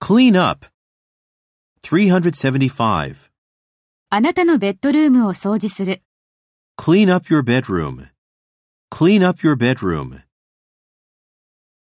Clean up. 375. あなたのベッドルームを掃除する。 Clean up your bedroom. Clean up your bedroom.